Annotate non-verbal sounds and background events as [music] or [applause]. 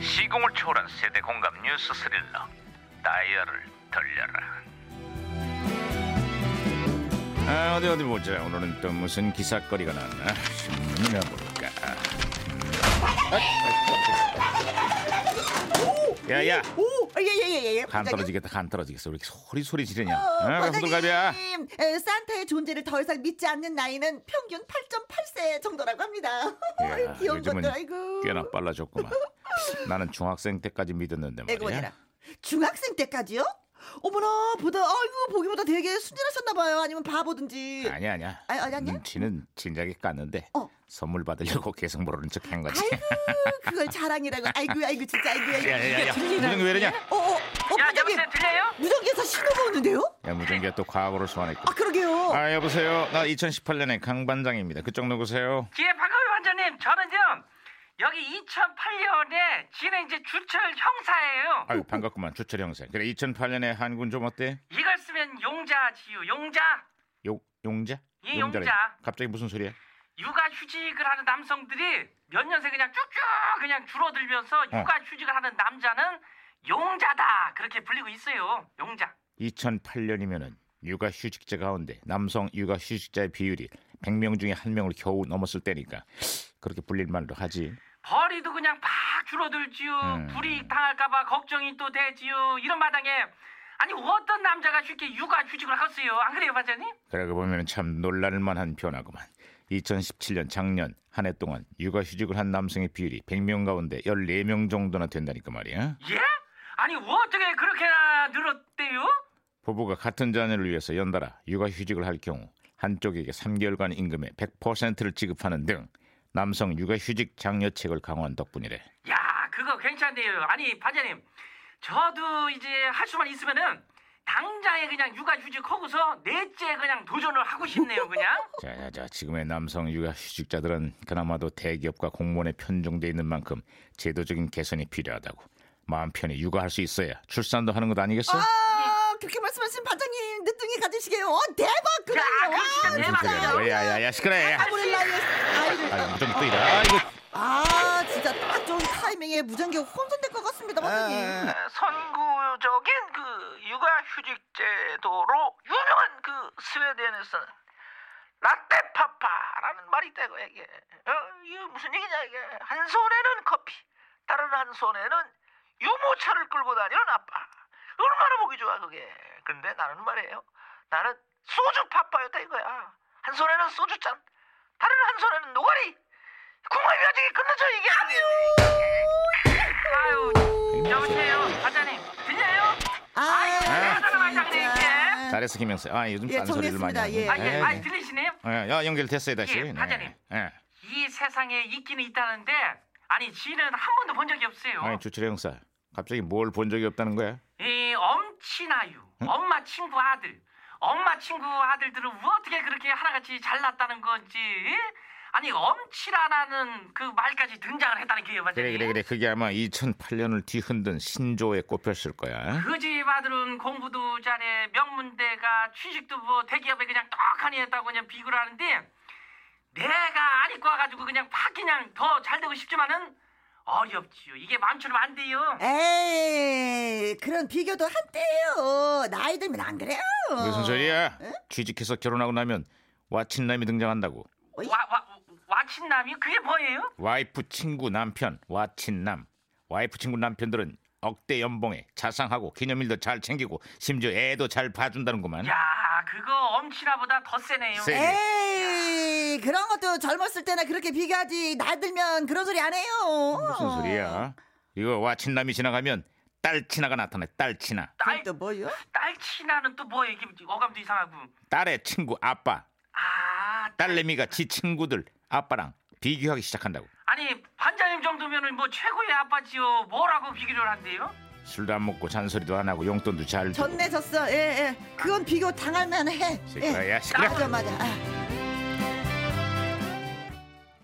시공을 초월한 세대 공감 뉴스 스릴러 다이얼을 돌려라 아, 어디 어디 보자 오늘은 또 무슨 기사거리가 나나 신문이나 볼까 음. 야야 오, 예예예예. 예, 간 떨어지겠다 간 떨어지겠어 왜 이렇게 소리 소리 지르냐 아, 어, 강수돌갑이야 과장님, 에, 산타의 존재를 더 이상 믿지 않는 나이는 평균 8.8세 정도라고 합니다. [laughs] 야, 귀여운 요즘은 것들 아이고. 꽤나 빨라졌구만 나는 중학생 때까지 믿었는데 내고 보니라 말이야 네, 중학생 때까지요? 어머나 보다 아이고 보기보다 되게 순진하셨나봐요. 아니면 바보든지. 아니야 아니야 아니, 아니, 아니야? 눈치는 진작에 깠는데 어. 선물 받으려고 계속 모르는 척 한 거지 아이고 그걸 자랑이라고. 아이고 아이고 진짜 아이고 아이고. 야야야야 무전기 왜 이러냐 어, 어, 어, 야, 부장님. 여보세요 들려요? 무전기에서 신호가 오는데요? 야 무전기가 또 과거를 소환했고 아 어. 그러게요. 아 여보세요 나 2018년의 강반장입니다 그쪽 누구세요 예, 반가워요, 원장님. 저는요, 여기 2008년에 지는 이제 주철 형사예요. 아유 반갑구만 주철 형사 그래 2008년에 한군 좀 어때 이걸 쓰면 용자지요, 용자. 용 용자 예, 용자래. 용자. 갑자기 무슨 소리야 육아 휴직을 하는 남성들이 몇 년새 그냥 쭉쭉 그냥 줄어들면서 육아 휴직을 하는 남자는 용자다 그렇게 불리고 있어요. 용자. 2008년이면은 육아 휴직자 가운데 남성 육아 휴직자의 비율이 100명 중에 한 명을 겨우 넘었을 때니까 그렇게 불릴 만도 하지 벌이도 그냥 팍 줄어들지요. 음. 불이익 당할까봐 걱정이 또 되지요. 이런 마당에 아니 어떤 남자가 쉽게 육아 휴직을 하세요? 안 그래요, 반장님? 그러고 보면 참 놀랄만한 변화구만. 2017년 작년 한 해 동안 육아휴직을 한 남성의 비율이 100명 가운데 14명 정도나 된다니까 말이야. 예? 아니 어떻게 그렇게나 늘었대요? 부부가 같은 자녀를 위해서 연달아 육아휴직을 할 경우 한쪽에게 3개월간 임금의 100%를 지급하는 등 남성 육아휴직 장려책을 강화한 덕분이래. 야 그거 괜찮네요. 아니 반장님 저도 이제 할 수만 있으면은 당장에 그냥 육아휴직 하고서 넷째 그냥 도전을 하고 싶네요 [laughs] 그냥. 자자자 지금의 남성 육아휴직자들은 그나마도 대기업과 공무원에 편중돼 있는 만큼 제도적인 개선이 필요하다고. 마음 편히 육아할 수 있어야 출산도 하는 것 아니겠어? 네. 아 그렇게 말씀하신 반장님 늦둥이 가지시게요. 어, 대박 아, 그래요. 야, 그거 진짜 와, 무슨 대박이다. 진짜. 소리야? 야야야 시끄러워. 야. 아무리 나이에 네, 아이를 아유 무전기 또 이래. 아 이거. 아 진짜 딱 좋은 타이밍에 무전기 혼선될 것 같습니다 반장님 아, 선구적인 그 육아휴직 제도로 유명한 그 스웨덴에서는 라떼파파라는 말이 있다고 이게 어, 이게 무슨 얘기냐 이게 한 손에는 커피 다른 한 손에는 유모차를 끌고 다니는 아빠 얼마나 보기 좋아 그게 근데 나는 말이에요 나는 소주 파파였다 이거야 한 손에는 소주잔 다른 한 손에는 노가리 궁합이 아직 끝나죠 이게 아유 여보세요 과장님 들려요? 네, 아 아이고, 진짜 잘했어 김영수. 아 요즘 예, 딴소리를 많이 정리했습니다. 예. 아, 예. 아, 하네. 들리시네요? 예, 예. 야 연결됐어요 다시. 예, 네. 과장님. 예. 이 세상에 있기는 있다는데 아니 지는 한 번도 본 적이 없어요. 아니 주철 형사. 갑자기 뭘 본 적이 없다는 거야? 이 엄친아유, 엄마 친구 아들, 엄마 친구 아들들은 뭐 어떻게 그렇게 하나같이 잘났다는 건지 아니 엄친아라는 그 말까지 등장을 했다는 게 맞아요. 그래 그래 그래 그게 아마 2008년을 뒤흔든 신조어에 꼽혔을 거야. 그 집 아들은 공부도 잘해 명문대가 취직도 뭐 대기업에 그냥 떡하니 했다고 그냥 비교를 하는데 내가 안입고 와가지고 그냥 팍 그냥 더 잘 되고 싶지만은 어렵지요 이게 마음처럼 안 돼요 어? 에이 그런 비교도 한때예요 나이 들면 안 그래요 무슨 소리야? 취직해서 결혼하고 나면 와친남이 등장한다고. 와, 와, 와친남이 그게 뭐예요? 와이프 친구 남편 와친남. 와이프 친구 남편들은 억대 연봉에 자상하고 기념일도 잘 챙기고 심지어 애도 잘 봐준다는구만. 야 그거 엄친아보다 더 세네요 세. 에이 그런 것도 젊었을 때나 그렇게 비교하지 나이 들면 그런 소리 안 해요 무슨 소리야? 이거 와친남이 지나가면 딸친아가 나타나. 딸친아. 딸, 또 뭐요? 딸친아는 또 뭐예요 이게 어감도 이상하고 딸의 친구 아빠. 아 딸내미가 지 친구들 아빠랑 비교하기 시작한다고. 아니 반장님 정도면은 뭐 최고의 아빠지요 뭐라고 비교를 한대요? 술도 안 먹고 잔소리도 안 하고 용돈도 잘 주고. 전내졌어 예예 예, 그건 비교 당할 만해 시끄러워, 야, 시끄러워. 맞아 맞아 아.